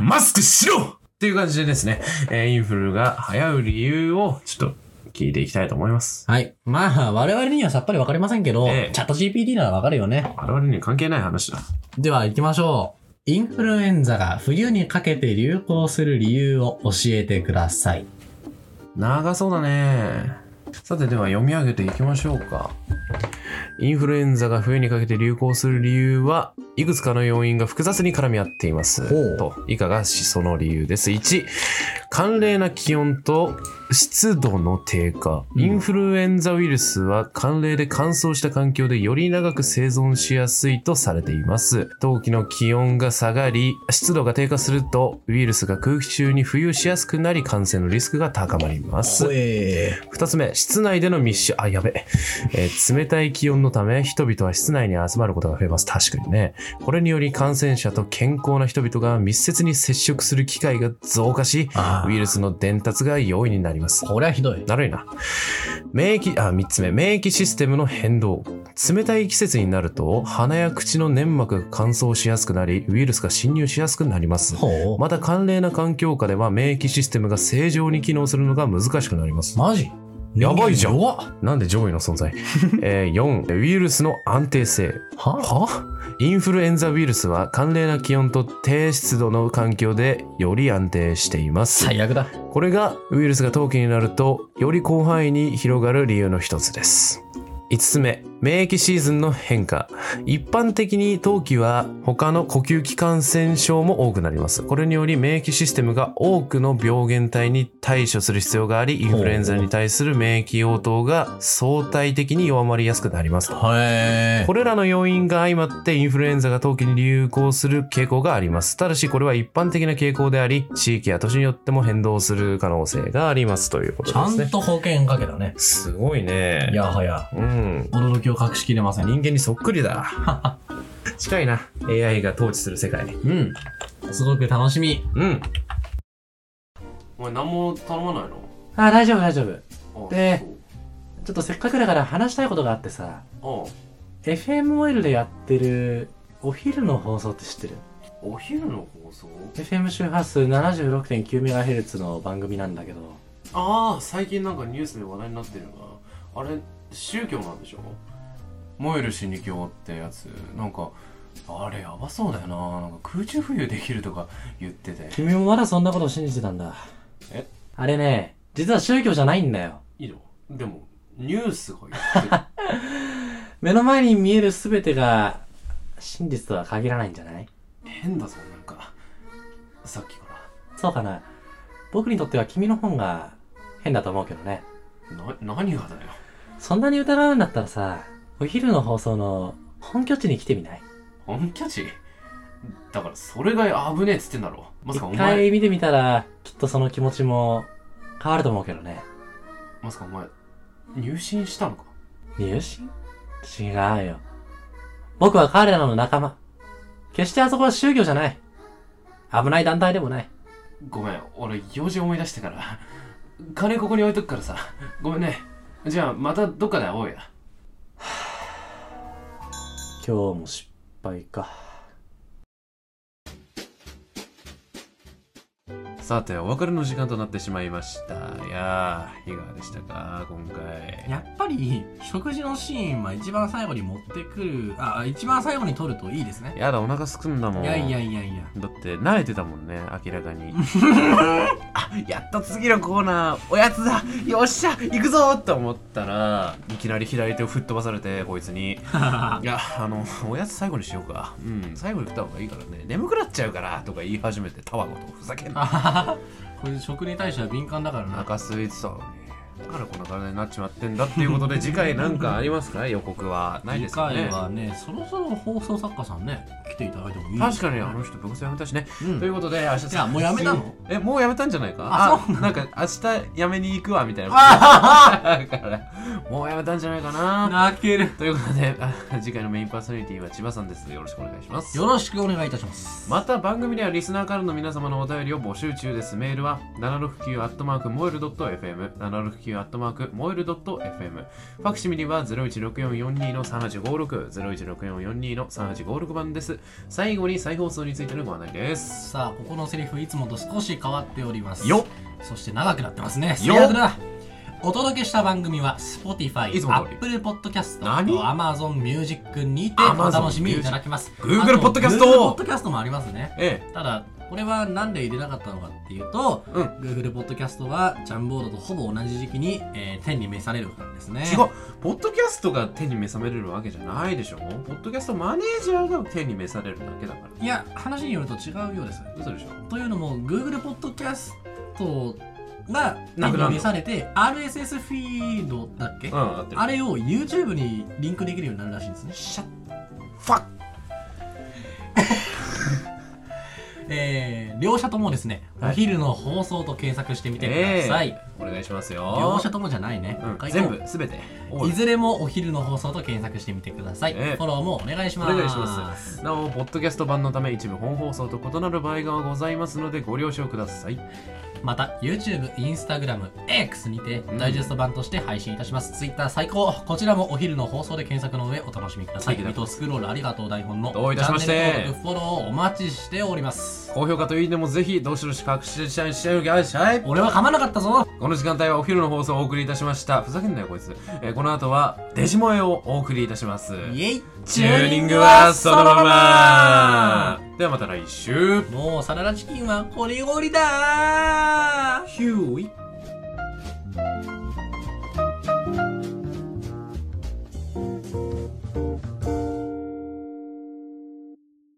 マスクしろっていう感じでですね、えーインフルが流行う理由をちょっと聞いていきたいと思います。はい。まあ、我々にはさっぱりわかりませんけど、ええチャット GPT ならわかるよね。我々には関係ない話だ。では行きましょう。インフルエンザが冬にかけて流行する理由を教えてください。長そうだね。さてでは読み上げていきましょうか。インフルエンザが冬にかけて流行する理由はいくつかの要因が複雑に絡み合っていますほう。と以下がその理由です。1、寒冷な気温と湿度の低下。インフルエンザウイルスは寒冷で乾燥した環境でより長く生存しやすいとされています。冬季の気温が下がり、湿度が低下するとウイルスが空気中に浮遊しやすくなり感染のリスクが高まります。え二つ目、室内での密集。あ、やべ。えー冷たい気温のため、人々は室内に集まることが増えます。確かにね。これにより感染者と健康な人々が密接に接触する機会が増加し、あウイルスの伝達が容易になります。これはひどい。だるいな。免疫、あ、三つ目、免疫システムの変動。冷たい季節になると、鼻や口の粘膜が乾燥しやすくなり、ウイルスが侵入しやすくなります。ほう。また、寒冷な環境下では免疫システムが正常に機能するのが難しくなります。マジやばいじゃん人間弱っなんで上位の存在 えー ?4、ウイルスの安定性。ははインフルエンザウイルスは寒冷な気温と低湿度の環境でより安定しています。最悪だ。これがウイルスが冬季になるとより広範囲に広がる理由の一つです。5つ目、免疫シーズンの変化。一般的に冬季は他の呼吸器感染症も多くなります。これにより免疫システムが多くの病原体に対処する必要があり、インフルエンザに対する免疫応答が相対的に弱まりやすくなります。へえ。これらの要因が相まってインフルエンザが冬季に流行する傾向があります。ただしこれは一般的な傾向であり、地域や都市によっても変動する可能性がありますということちゃですね。んと保険かけたね。すごいね。いやはや。うん。驚きを隠しきれません。人間にそっくりだ。 近いな。AI が統治する世界。うん。すごく楽しみ。うん。お前何も頼まないのあ、大丈夫大丈夫。あでちょっとせっかくだから話したいことがあってさ、そう FMOL でやってるお昼の放送って知ってるあお昼の放送 ?FM 周波数 76.9MHz の番組なんだけど、ああ最近なんかニュースで話題になってるなあれ宗教なんでしょ燃える死に教ってやつなんかあれやばそうだよななんか空中浮遊できるとか言ってて君もまだそんなことを信じてたんだ。えあれね、実は宗教じゃないんだよ。いいのでもニュースが言 ってる目の前に見える全てが真実とは限らないんじゃない変だぞなんかさっきかそうかな。僕にとっては君の本が変だと思うけどね。らな何がだよそんなに疑うんだったらさ、お昼の放送の本拠地に来てみない本キャチだからそれが危ねえっつってんだろまさかお一前回見てみたら、きっとその気持ちも変わると思うけどね。まさかお前入信したのか入信違うよ。僕は彼らの仲間。決してあそこは宗教じゃない。危ない団体でもない。ごめん俺用事思い出してから金ここに置いとくからさごめんねじゃあまたどっかで会おうや今日も失敗か。さて、お別れの時間となってしまいました。いやー、いかがでしたか今回。やっぱり、食事のシーンは一番最後に持ってくる、あ、一番最後に取るといいですね。やだ、お腹すくんだもん。いやいやいやいや。 だって、慣れてたもんね、明らかに。あ、やっと次のコーナーおやつだよっしゃ行くぞと思ったらいきなり左手を吹っ飛ばされてこいつ にいやあのおやつ最後にしようかうん最後に食った方がいいからね眠くなっちゃうからとか言い始めてタワゴとふざけんなこれ食に対しては敏感だからおな。腹空いてたのにだからこんな体になっちまってんだっていうことで次回なんかありますか予告はないで次すかね回はね、そろそろ放送作家さんね、来ていただいてもいい確かにあの人部活やめたしね、ということで明日いやもうやめた のえもうやめたんじゃないかあそうなんか明日やめに行くわみたいなだからもうやめたんじゃないかな泣ける。ということであ次回のメインパーソナリティは千葉さんですよろしくお願いしますよろしくお願いいたします。また番組ではリスナーからの皆様のお便りを募集中ですメールは 769-moil.fm769-moil.fm ファクシミリは016442-3856016442-3856番です最後に再放送についてのご案内ですさあ、ここのセリフいつもと少し変わっております。よそして長くなってますね。よ最悪だ。お届けした番組は Spotify いつ、もの通り Apple Podcast、何 Amazon Music にてお Amazon 楽しみいただけます。 Music あ Google と Podcast Google Podcast もありますね。えただ、これはなんで入れなかったのかっていうと、うん Google Podcast はジャンボードとほぼ同じ時期に、えー天に召されるからですね。え違うポッドキャストが手に召されるわけじゃないでしょポッドキャストマネージャーが手に召されるだけだからいや、話によると違うようです。嘘でしょというのも、Google Podcast がななくくなるのなされて、RSS フィードだっけ、うん合ってるあれを YouTube にリンクできるようになるらしいんですね。シャッファッ えー、両者ともですね、はいお昼の放送と検索してみてください。お願いしますよ両者ともじゃないね。うん他にも全部すべてオールいずれもお昼の放送と検索してみてください。ええフォローもお願いしおます。願いしますなおポッドキャスト版のため一部本放送と異なる場合がございますのでご了承くださいまた YouTube、Instagram、X にてんダイジェスト版として配信いたします。Twitter 最高こちらもお昼の放送で検索の上お楽しみください。素敵水だ戸スクロールありがとう台本のどういたしましてチャンネル登録、フォローお待ちしております。高評価といいねもぜひどしどし隠しちゃいしちゃいしちゃい俺は噛まなかったぞこの時間帯はお昼の放送をお送りいたしましたふざけんなよこいつ、えーこの後はデジモエをお送りいたしますイエイチューニングはそのままではまた来週もうサラダチキンはこりごりだーヒューイ